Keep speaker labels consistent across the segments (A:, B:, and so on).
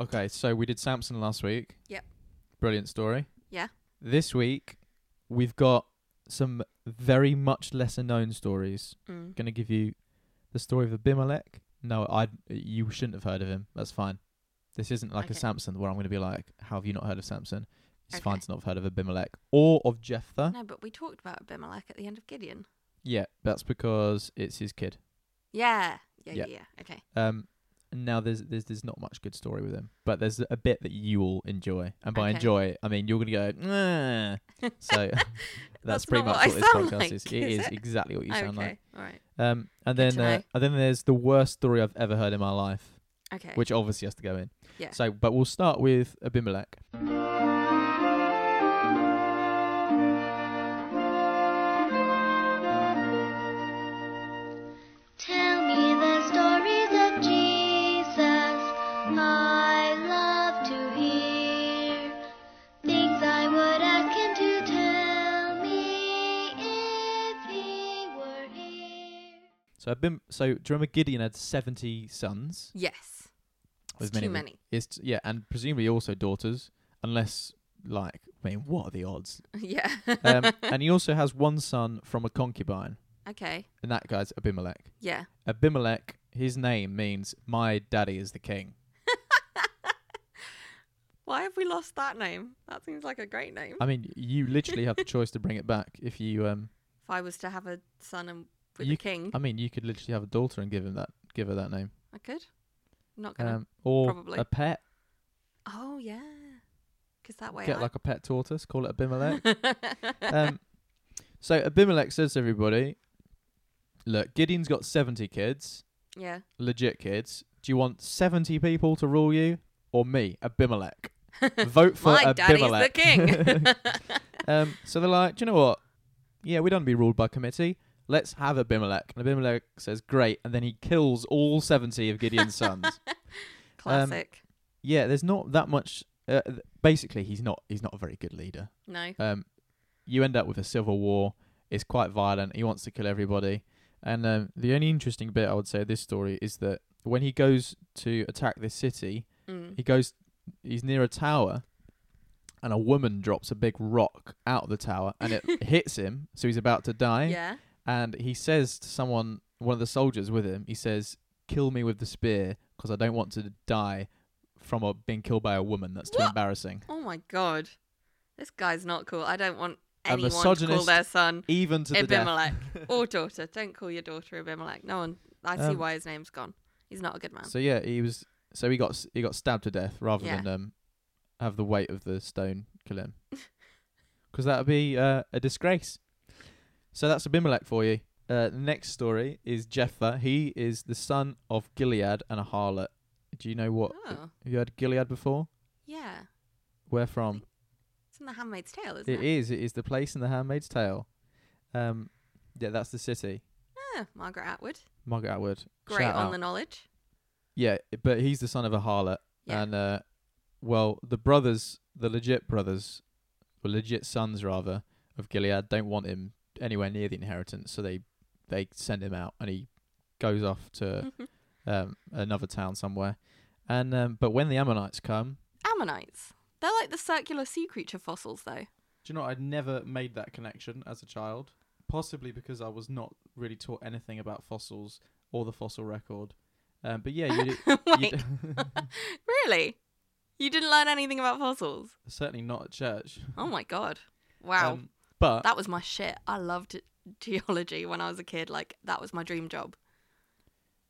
A: Okay, so we did Samson last week.
B: Yep.
A: Brilliant story.
B: Yeah.
A: This week, we've got some very much lesser known stories.
B: Mm.
A: Going to give you the story of Abimelech. No, I you shouldn't have heard of him. That's fine. This isn't like
B: Okay.
A: a Samson where I'm going to be like, how have you not heard of Samson? It's fine
B: Okay.
A: to not have heard of Abimelech or of Jephthah.
B: No, but we talked about Abimelech at the end of Gideon.
A: Yeah, that's because it's his kid.
B: Yeah. Yeah,
A: Yeah.
B: yeah, yeah. Okay.
A: Um, now there's there's there's not much good story with him, but there's a bit that you will enjoy, and by
B: Okay.
A: enjoy, I mean you're gonna go. "Nah." So that's,
B: That's
A: pretty
B: not
A: much
B: what
A: what
B: I
A: this
B: sound
A: podcast
B: like,
A: is. It
B: is
A: is,
B: it?
A: exactly what you sound
B: okay.
A: like.
B: All right.
A: Um, and
B: Good
A: then
B: to
A: uh,
B: know.
A: and then there's the worst story I've ever heard in my life,
B: Okay.
A: which obviously has to go in.
B: Yeah.
A: So, but we'll start with Abimelech.
C: Tell me the stories of Jesus. I love to hear things I would ask him to tell me if he were here.
A: So Abim, so do you remember Gideon had seventy sons?
B: yes.
A: With
B: It's too
A: of-
B: many.
A: It's yeah, and presumably also daughters, unless like I mean, what are the odds?
B: yeah.
A: um, and he also has one son from a concubine,
B: okay.
A: and that guy's Abimelech.
B: Yeah.
A: Abimelech, his name means my daddy is the king.
B: Why have we lost that name? That seems like a great name.
A: I mean, you literally have the choice to bring it back if you. Um,
B: if I was to have a son and with
A: You uh,
B: a king,
A: I mean, you could literally have a daughter and give him that, give her that name,
B: I could. I'm not gonna.
A: um, or
B: probably.
A: a pet.
B: oh yeah, because that way
A: Get
B: I.
A: like a pet tortoise, call it Abimelech. um, so Abimelech says to everybody, "Look, Gideon's got seventy kids,
B: yeah.
A: legit kids. Do you want seventy people to rule you, or me, Abimelech?" Vote for
B: My daddy's the
A: Abimelech.
B: king.
A: Um, so they're like, do you know what? Yeah, we don't be ruled by committee. Let's have Abimelech. And Abimelech says, great. And then he kills all 70 of Gideon's sons.
B: Classic.
A: yeah, there's not that much. Uh, th- basically, he's not he's not a very good leader.
B: no.
A: Um, you end up with a civil war. It's quite violent. He wants to kill everybody. And um, the only interesting bit I would say of this story is that when he goes to attack this city,
B: Mm.
A: he goes he's near a tower and a woman drops a big rock out of the tower and it hits him so he's about to die
B: Yeah.
A: and he says to someone one of the soldiers with him he says kill me with the spear because i don't want to die from a, being killed by a woman that's too
B: What?
A: embarrassing
B: Oh my god, this guy's not cool. I don't want
A: A
B: anyone to call
A: misogynist
B: their son
A: even to the death
B: Abimelech or daughter. Don't call your daughter Abimelech. No one. I see
A: Um,
B: why his name's gone. He's not a good man.
A: so yeah he was so he got s- he got stabbed to death rather
B: Yeah.
A: than um have the weight of the stone kill him because that would be uh, a disgrace so that's abimelech for you uh, the next story is jephthah he is the son of gilead and a harlot do you know what
B: Oh
A: have you heard gilead before
B: yeah,
A: where from
B: it's in The Handmaid's Tale, isn't
A: it
B: it?
A: is it is the place in the handmaid's tale um yeah that's the city
B: Ah, Margaret Atwood.
A: margaret atwood
B: Great
A: Shout
B: on
A: out.
B: the knowledge.
A: Yeah, but he's the son of a harlot,
B: Yeah.
A: and uh, well, the brothers, the legit brothers, or legit sons rather, of Gilead, don't want him anywhere near the inheritance, so they they send him out, and he goes off to
B: Mm-hmm.
A: um, another town somewhere. And um, but when the Ammonites come,
B: Ammonites. They're like the circular sea creature fossils, though.
A: do you know I'd never made that connection as a child, possibly because I was not really taught anything about fossils or the fossil record. Um, but yeah, you
B: Wait, really? You didn't learn anything about fossils?
A: certainly not at church.
B: Oh my god! Wow,
A: Um, but
B: that was my shit. I loved geology when I was a kid. Like that was my dream job.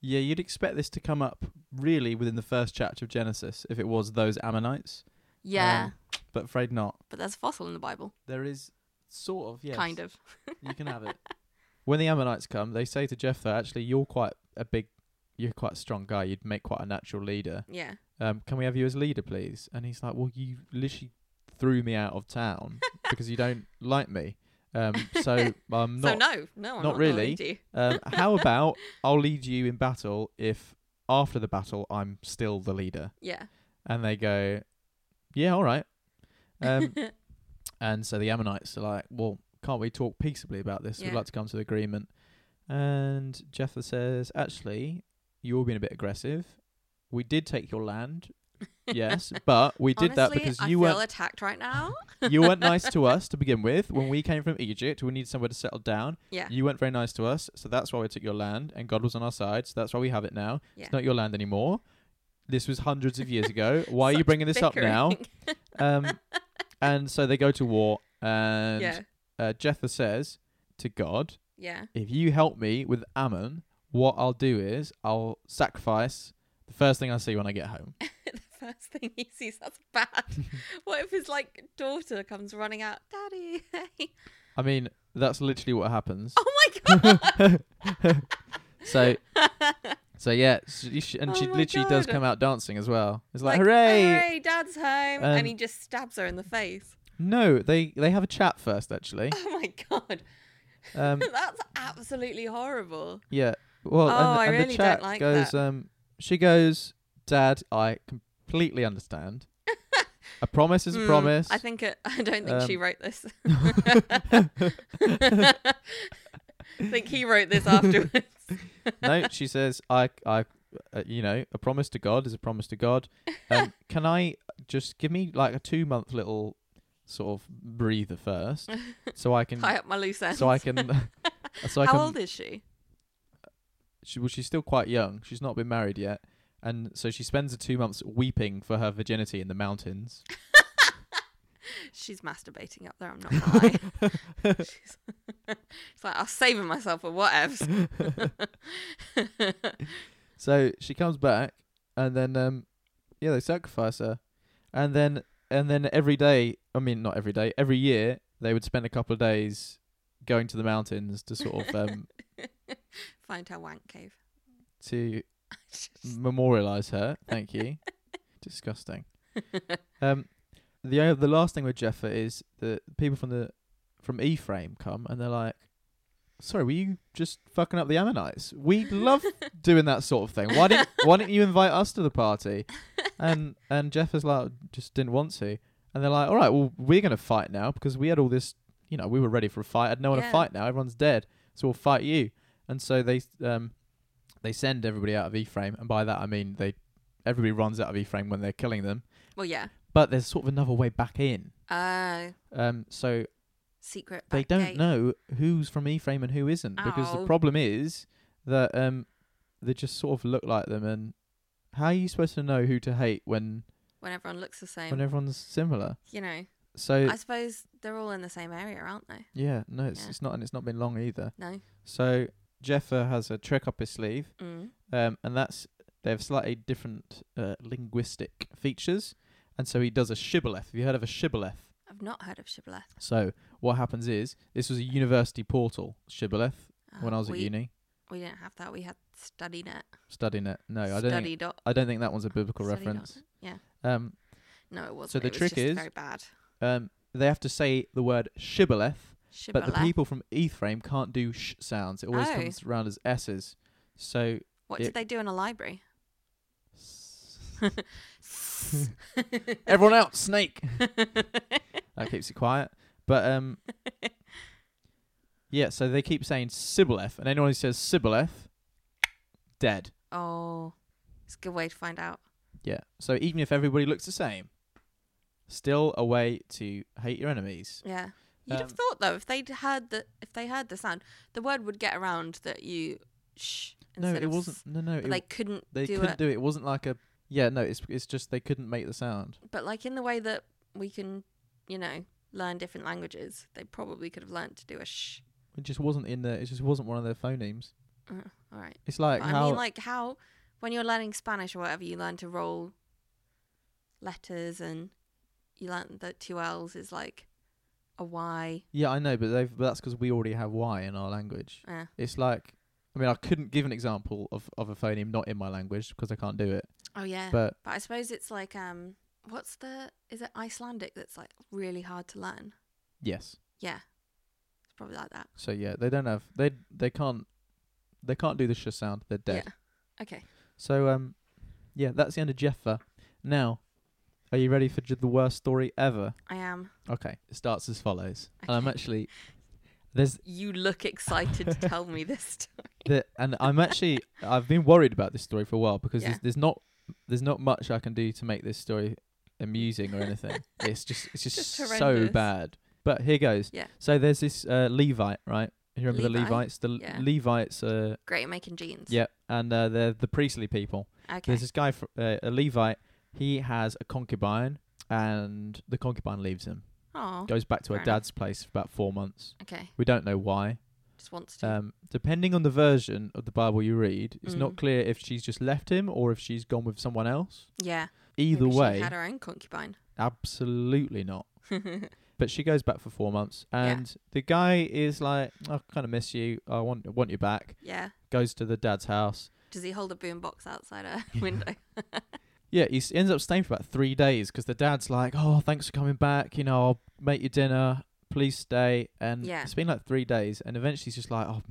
A: yeah, you'd expect this to come up really within the first chapter of Genesis if it was those Ammonites.
B: Yeah,
A: Um, but afraid not.
B: but there's a fossil in the Bible,
A: There is sort of, yes.
B: kind of.
A: You can have it. when the Ammonites come, they say to Jephthah, actually, you're quite a big, you're quite a strong guy. You'd make quite a natural leader.
B: Yeah,
A: Um, can we have you as leader, please? And he's like, well, you literally threw me out of town because you don't like me. Um, so I'm not
B: so no, no, I'm not,
A: not
B: gonna
A: really.
B: lead you.
A: Um, how about I'll lead you in battle if after the battle I'm still the leader?
B: Yeah,
A: And they go, yeah, all right. Um, and so the Ammonites are like, well, can't we talk peaceably about this?
B: Yeah.
A: We'd like to come to an agreement. And Jephthah says, actually, you're being a bit aggressive. We did take your land. yes, but we did that
B: Honestly,
A: because
B: I
A: you
B: feel
A: weren't
B: attacked right now.
A: you weren't nice to us to begin with. When we came from Egypt, we needed somewhere to settle down.
B: Yeah.
A: You weren't very nice to us, so that's why we took your land, and God was on our side, so that's why we have it now.
B: Yeah.
A: It's not your land anymore. This was hundreds of years ago. Why are you
B: Such
A: bringing this up
B: bickering.
A: now? Um, and so they go to war, and
B: yeah,
A: uh, Jephthah says to God,
B: yeah.
A: "If you help me with Ammon, what I'll do is I'll sacrifice the first thing I see when I get home."
B: the first thing he sees, that's bad. what if his like daughter comes running out, Daddy? hey."
A: I mean, that's literally what happens.
B: oh my god!
A: so so yeah, she, she, and
B: Oh
A: she
B: my
A: literally does
B: God.
A: come out dancing as well. It's like,
B: Like,
A: hooray!
B: Hooray, Dad's home,
A: Um,
B: and he just stabs her in the face.
A: No, they they have a chat first actually.
B: Oh my god,
A: Um,
B: that's absolutely horrible.
A: yeah. Well,
B: Oh,
A: and,
B: I
A: and
B: really
A: the
B: don't
A: chat
B: like
A: goes.
B: that.
A: Um, she goes, "Dad, I completely understand. a promise is a
B: Hmm,
A: promise."
B: I think it, I don't think she
A: Um,
B: wrote this. I think he wrote this afterwards.
A: no, she says, "I, I, uh, you know, a promise to God is a promise to God. Um, can I just give me like a two month little sort of breather first, so I can,
B: Tie up my loose ends.
A: so I can, so I
B: How
A: can."
B: old is she?
A: She, well, she's still quite young. She's not been married yet, and so she spends the two months weeping for her virginity in the mountains.
B: She's masturbating up there. I'm not gonna lie. She's it's like I'm saving myself for whatevs.
A: So she comes back, and then um, yeah, they sacrifice her, and then and then every day, I mean not every day, every year they would spend a couple of days going to the mountains to sort of um
B: Find her wank cave.
A: to memorialize her. Thank you. Disgusting. Um, the o- the last thing with Jeffa is that people from the from Ephraim come and they're like. Sorry, were you just fucking up the Ammonites? We love doing that sort of thing. Why didn't Why didn't you invite us to the party? And and Jeff is like, just didn't want to. And they're like, all right, well, we're gonna fight now because we had all this, you know, we were ready for a fight. I had no one to
B: Yeah.
A: fight now. Everyone's dead, so we'll fight you. And so they um they send everybody out of E-frame, and by that I mean they everybody runs out of E-frame when they're killing them.
B: Well, yeah.
A: But there's sort of another way back in.
B: Uh,
A: Um, so
B: secret.
A: they
B: back
A: don't
B: gate. Oh.
A: know who's from E-frame and who isn't because the
B: Ow.
A: problem is that um they just sort of look like them and how are you supposed to know who to hate when
B: When everyone looks the same,
A: when everyone's similar?
B: you know.
A: So
B: I suppose they're all in the same area, aren't they?
A: yeah, no, it's,
B: Yeah.
A: it's not and it's not been long either.
B: No.
A: So Jeffa has a trick up his sleeve,
B: Mm.
A: um, and that's they have slightly different uh, linguistic features, and so he does a shibboleth. Have you heard of a shibboleth?
B: I've not heard of shibboleth.
A: So what happens is this was a university portal shibboleth
B: Uh,
A: when I was
B: we,
A: at uni
B: we didn't have that. We had StudyNet.
A: studying it. No, I don't. Think,
B: Study dot.
A: I don't think that one's a biblical
B: Study dot-
A: reference.
B: yeah.
A: Um,
B: No, it wasn't.
A: So the
B: it was
A: trick
B: just
A: is-
B: very bad.
A: um, they have to say the word shibboleth, but
B: Shibboleth.
A: the people from E-frame can't do sh sounds. It always
B: Oh.
A: comes round as s's. So
B: what
A: it-
B: did they do in a library?
A: everyone out, snake. That keeps you quiet. But um Yeah, so they keep saying Sibboleth, and anyone who says Sibboleth dead.
B: oh, it's a good way to find out.
A: Yeah. So even if everybody looks the same, still a way to hate your enemies.
B: Yeah. You'd have
A: Um,
B: thought though, if they'd heard the if they heard the sound, the word would get around that you shh.
A: No,
B: instead
A: it
B: of s-
A: wasn't no no
B: But
A: it,
B: they couldn't
A: they
B: do
A: couldn't
B: it.
A: do it. It wasn't like a yeah, no, it's it's just they couldn't make the sound.
B: But like in the way that we can, you know, learn different languages, they probably could have learned to do a shh.
A: It just wasn't in there it just wasn't one of their phonemes.
B: Uh, all right.
A: It's like
B: But I
A: how
B: mean, like how when you're learning Spanish or whatever, you learn to roll letters and you learn that two L's is like a Y.
A: Yeah, I know, but they've but that's 'cause we already have Y in our language.
B: Uh,
A: It's like I mean, I couldn't give an example of, of a phoneme not in my language because I can't do it.
B: oh yeah. But,
A: But
B: I suppose it's like um, what's the is it Icelandic that's like really hard to learn?
A: yes,
B: It's probably like that.
A: so yeah, they don't have they they can't they can't do the sh sound. They're dead.
B: Yeah. Okay.
A: So um, yeah, that's the end of Jeffa. Now, are you ready for j- the worst story ever?
B: I am. Okay.
A: Okay, it starts as follows, and I'm
B: Okay.
A: actually there's
B: You look excited to tell me this.
A: the and I'm actually I've been worried about this story for a while because
B: Yeah.
A: there's, there's not there's not much I can do to make this story amusing or anything. it's just it's just,
B: Just
A: so
B: horrendous.
A: bad. But here goes.
B: Yeah.
A: So there's this uh, Levite, right? You remember the
B: Levi?
A: Levites? The L-
B: Yeah.
A: Levites uh,
B: Great at making jeans.
A: yeah, and uh, they're the priestly people.
B: Okay.
A: There's this guy, fr- uh, a Levite. He has a concubine, and the concubine leaves him.
B: Oh.
A: Goes back to her
B: fair enough.
A: dad's place for about four months.
B: Okay.
A: We don't know why.
B: Just wants to.
A: Um, depending on the version of the Bible you read, it's not
B: Mm.
A: clear if she's just left him or if she's gone with someone else.
B: yeah.
A: Either
B: Maybe
A: way,
B: She had her own concubine.
A: absolutely not. But she goes back for four months,
B: Yeah.
A: and the guy is like, "I kind of miss you. I want want you back."
B: yeah.
A: Goes to the dad's house.
B: Does he hold a boombox outside her window?
A: Yeah, he s- ends up staying for about three days because the dad's like, "Oh, thanks for coming back. You know, I'll make you dinner. Please stay." And
B: Yeah.
A: it's been like three days, and eventually he's just like, "Oh,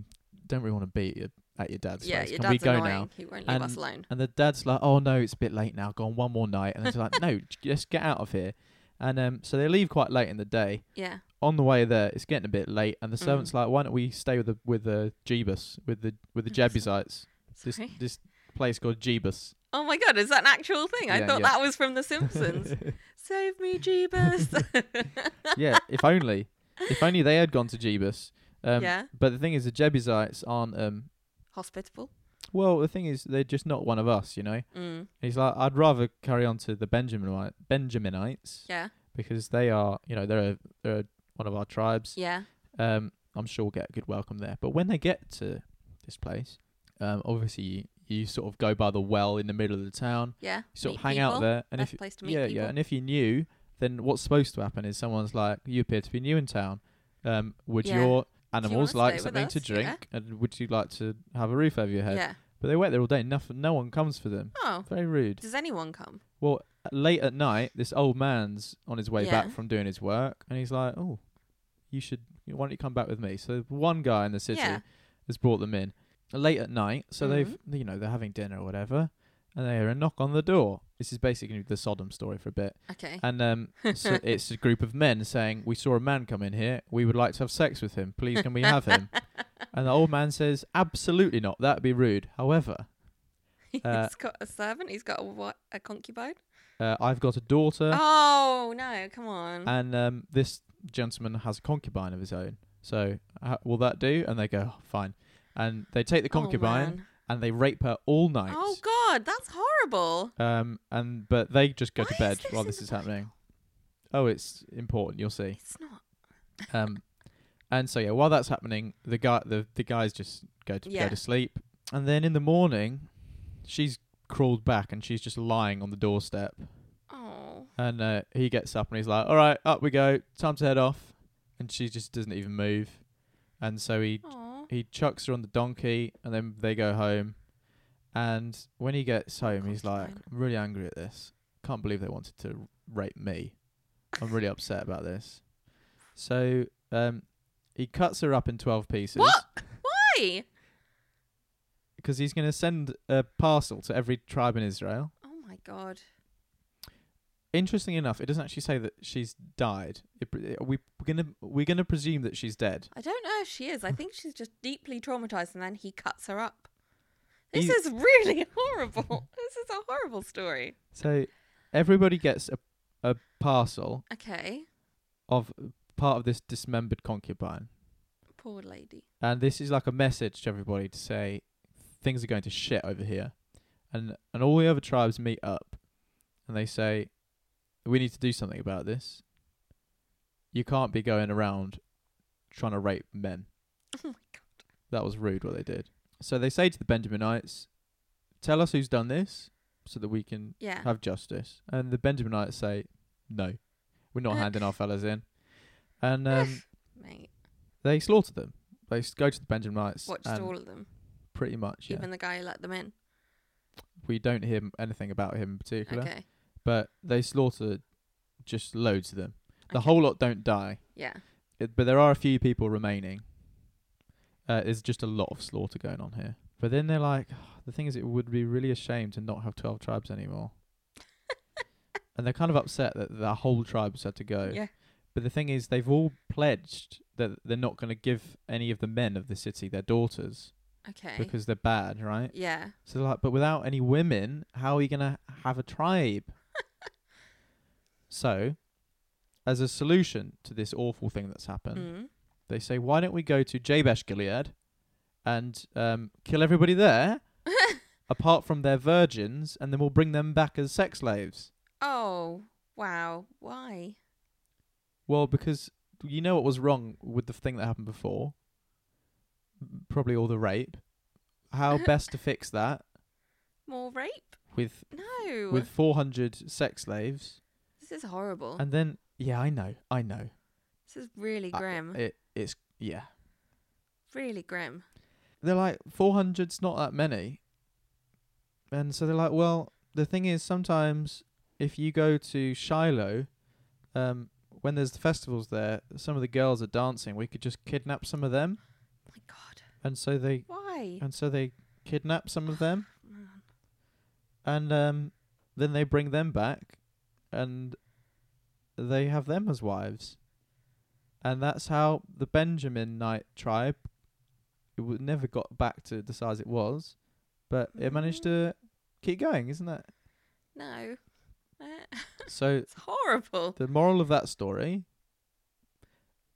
A: don't really want to be at your- at your dad's
B: yeah,
A: place.
B: your
A: Can we
B: dad's
A: go
B: annoying.
A: now?"
B: He won't leave us
A: And-
B: alone.
A: And the dad's like, "Oh no, it's a bit late now. Go on one more night." And it's like, "No, j- just get out of here." And um, so they leave quite late in the day.
B: Yeah.
A: On the way there, it's getting a bit late, and the
B: Mm.
A: servant's like, "Why don't we stay with the with the Jebus with the with the
B: Sorry.
A: Jebusites? This
B: Sorry.
A: this place called Jebus."
B: Oh my god, is that an actual thing? I
A: Yeah,
B: thought
A: yeah.
B: that was from The Simpsons. Save me, Jeebus.
A: yeah, if only, if only they had gone to Jebus. Um,
B: Yeah.
A: But the thing is, the Jebusites aren't. Um,
B: Hospitable.
A: well, the thing is, they're just not one of us, you know. And
B: Mm,
A: he's like, I'd rather carry on to the Benjaminite, Benjaminites
B: yeah.
A: because they are, you know, they're a, they're a- one of our tribes.
B: Yeah.
A: Um, I'm sure we'll get a good welcome there. But when they get to this place, um, obviously you, you sort of go by the well in the middle of the town.
B: Yeah.
A: You sort
B: Meet
A: of hang
B: people.
A: out there, and
B: Best
A: if
B: place to meet
A: yeah,
B: people.
A: yeah. And if you knew, then what's supposed to happen is someone's like, "You appear to be new in town. Um, would
B: Yeah.
A: your
B: wanna
A: animals
B: stay
A: like
B: with
A: something to
B: us? Yeah.
A: drink? And would you like to have a roof over your head?"
B: Yeah.
A: But they wait there all day. Nothing. No one comes for them.
B: Oh.
A: Very rude.
B: Does anyone come?
A: Well, late at night, this old man's on his way
B: Yeah.
A: back from doing his work, and he's like, "Oh, you should. Why don't you come back with me?" So one guy in the city
B: Yeah. Mm-hmm.
A: has brought them in late at night. So they've, you know, they're having dinner or whatever, and they hear a knock on the door. This is basically the Sodom story for a bit,
B: Okay.
A: and um, so it's a group of men saying, "We saw a man come in here. We would like to have sex with him. Please, can we have him?" and the old man says, "Absolutely not. That'd be rude. However, uh,
B: he's got a servant. He's got a what? A concubine.
A: uh, I've got a daughter."
B: Oh no! Come on.
A: and um, this gentleman has a concubine of his own. So uh, will that do? And they go, oh, fine. And they take the
B: Oh,
A: concubine
B: man.
A: and they rape her all night.
B: Oh, god, that's horrible.
A: Um, and but they just go to
B: Why is
A: bed
B: this
A: while
B: in
A: this
B: the
A: is happening. Oh, it's important. You'll see.
B: It's not.
A: Um, and so yeah, while that's happening, the guy, the the guys just go to
B: Yeah.
A: go to sleep, and then in the morning, she's crawled back and she's just lying on the doorstep.
B: Oh.
A: And uh, he gets up and he's like, "All right, up we go. Time to head off." And she just doesn't even move. And so he
B: Oh.
A: he chucks her on the donkey, and then they go home. And when he gets home, he's like,
B: Concubine.
A: "I'm really angry at this. Can't believe they wanted to rape me. I'm really upset about this." So um, he cuts her up in twelve pieces
B: What? Why?
A: because he's going to send a parcel to every tribe in Israel.
B: Oh my god.
A: Interesting enough, it doesn't actually say that she's died. It, pre- we, we're gonna we're gonna presume that she's dead.
B: I don't know if she is. I think she's just deeply traumatized, and then he cuts her up. This
A: He-
B: is really horrible. this is a horrible story.
A: So everybody gets a a parcel
B: Okay.
A: of part of this dismembered concubine,
B: Poor lady.
A: and this is like a message to everybody to say things are going to shit over here, and and all the other tribes meet up, and they say we need to do something about this. You can't be going around trying to rape men.
B: Oh my god.
A: That was rude what they did. So they say to the Benjaminites, Tell us who's done this so that we can
B: Yeah.
A: have justice. And the Benjaminites say, No, we're
B: Uh,
A: not handing our fellas in. And um,
B: Mate.
A: they slaughter them. They s- go to the Benjaminites.
B: Watched
A: and
B: all of them.
A: Pretty much, yeah.
B: Even the guy who let them in.
A: We don't hear m- anything about him in particular,
B: Okay.
A: but they slaughter just loads of them. The
B: Okay.
A: whole lot don't die,
B: Yeah.
A: it, but there are a few people remaining. Uh, there's just a lot of slaughter going on here. But then they're like, "Oh, the thing is, it would be really a shame to not have 12 tribes anymore. and they're kind of upset that the whole tribes had to go.
B: Yeah.
A: But the thing is, they've all pledged that they're not going to give any of the men of the city their daughters.
B: Okay.
A: because they're bad, right?
B: yeah.
A: So like, but without any women, how are you gonna have a tribe? so, as a solution to this awful thing that's happened,
B: Mm.
A: they say, why don't we go to Jabesh Gilead and um, kill everybody there,
B: Hmm.
A: apart from their virgins, and then we'll bring them back as sex slaves.
B: Oh wow. Why?
A: Well, because you know what was wrong with the thing that happened before, probably all the rape. How best to fix that
B: More rape?
A: with
B: No.
A: with 400 sex slaves,
B: this is horrible.
A: and then yeah, I know, I know,
B: This is really
A: I-
B: grim.
A: it it's yeah.
B: really grim.
A: they're like 400's not that many and so they're like well the thing is sometimes if you go to shiloh um, when there's the festivals there some of the girls are dancing we could just kidnap some of them
B: My God.
A: and so they
B: Why?
A: and so they kidnap some of them
B: Man.
A: and um, then they bring them back and they have them as wives and that's how the benjaminite tribe it w- never got back to the size it was but it managed to keep going isn't it
B: No. Eh,
A: so
B: It's horrible.
A: the moral of that story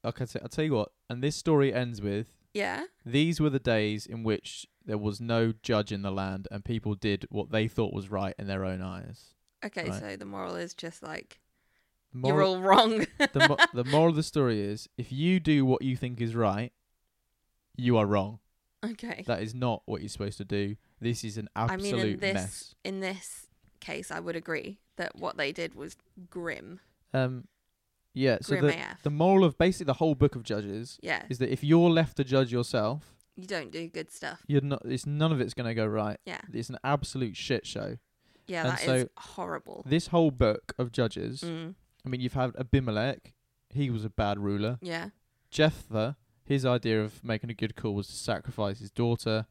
A: okay so i'll tell you what and this story ends with
B: Yeah.
A: these were the days in which there was no judge in the land and people did what they thought was right in their own eyes
B: Okay,
A: Right.
B: so the moral is just like you're
A: Moral-
B: all wrong.
A: the, mo- the moral of the story is if you do what you think is right, you are wrong.
B: okay.
A: That is not what you're supposed to do. This is an
B: I
A: absolute
B: mean, in this
A: mess.
B: in this case, I would agree that what they did was grim.
A: Um, yeah. So
B: Grim
A: the,
B: AF.
A: the moral of basically the whole book of Judges
B: yeah.
A: is that if you're left to judge yourself,
B: You don't do good stuff.
A: you're not. It's none of it's going to go right.
B: Yeah.
A: It's an absolute shit show.
B: Yeah,
A: And
B: that is
A: so-
B: horrible.
A: This whole book of Judges.
B: Mm,
A: I mean, you've had Abimelech. He was a bad ruler.
B: yeah.
A: Jephthah, his idea of making a good call was to sacrifice his daughter.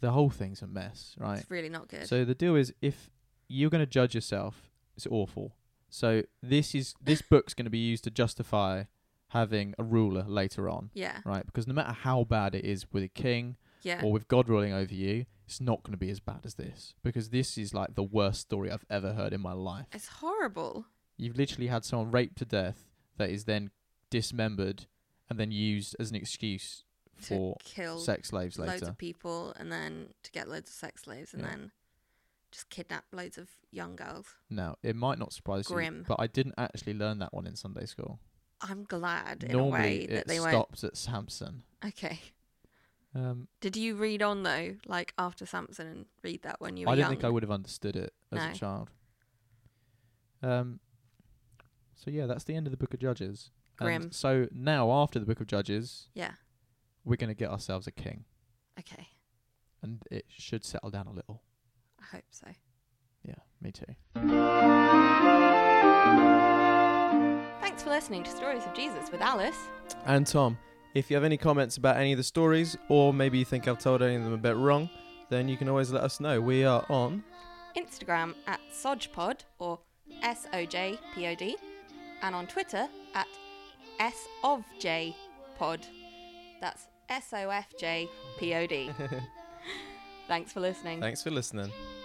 A: The whole thing's a mess, right?
B: It's really not good.
A: So the deal is, if you're going to judge yourself, it's awful. So this is this book's going to be used to justify having a ruler later on,
B: yeah.
A: right? Because no matter how bad it is with a king
B: Yeah.
A: or with God ruling over you, it's not going to be as bad as this because this is like the worst story I've ever heard in my life.
B: It's horrible.
A: You've literally had someone raped to death that is then dismembered and then used as an excuse for
B: to kill
A: sex slaves
B: loads
A: later.
B: of people and then to get loads of sex slaves and
A: Yeah.
B: then just kidnap loads of young girls.
A: Now, it might not surprise you,
B: Grim.
A: but I didn't actually learn that one in Sunday school.
B: I'm glad in a
A: Normally,
B: way
A: it
B: that they weren't.
A: stops at Samson.
B: Okay.
A: Um,
B: Did you read on though, like after Samson and read that when you were
A: I don't
B: young?
A: think I would have understood it as
B: No.
A: a child. Um, so yeah, that's the end of the Book of Judges. And
B: Grim.
A: so now, after the Book of Judges,
B: Yeah.
A: we're going to get ourselves a king,
B: Okay.
A: and it should settle down a little.
B: I hope so.
A: Yeah, me too.
B: Thanks for listening to Stories of Jesus with Alice.
A: And Tom, if you have any comments about any of the stories, or maybe you think I've told any of them a bit wrong, then you can always let us know. We are on
B: Instagram at SOJPod or S O J P O D, and on Twitter at S of J Pod. That's S O F J P O D. Thanks for listening.
A: Thanks for listening.
C: Thank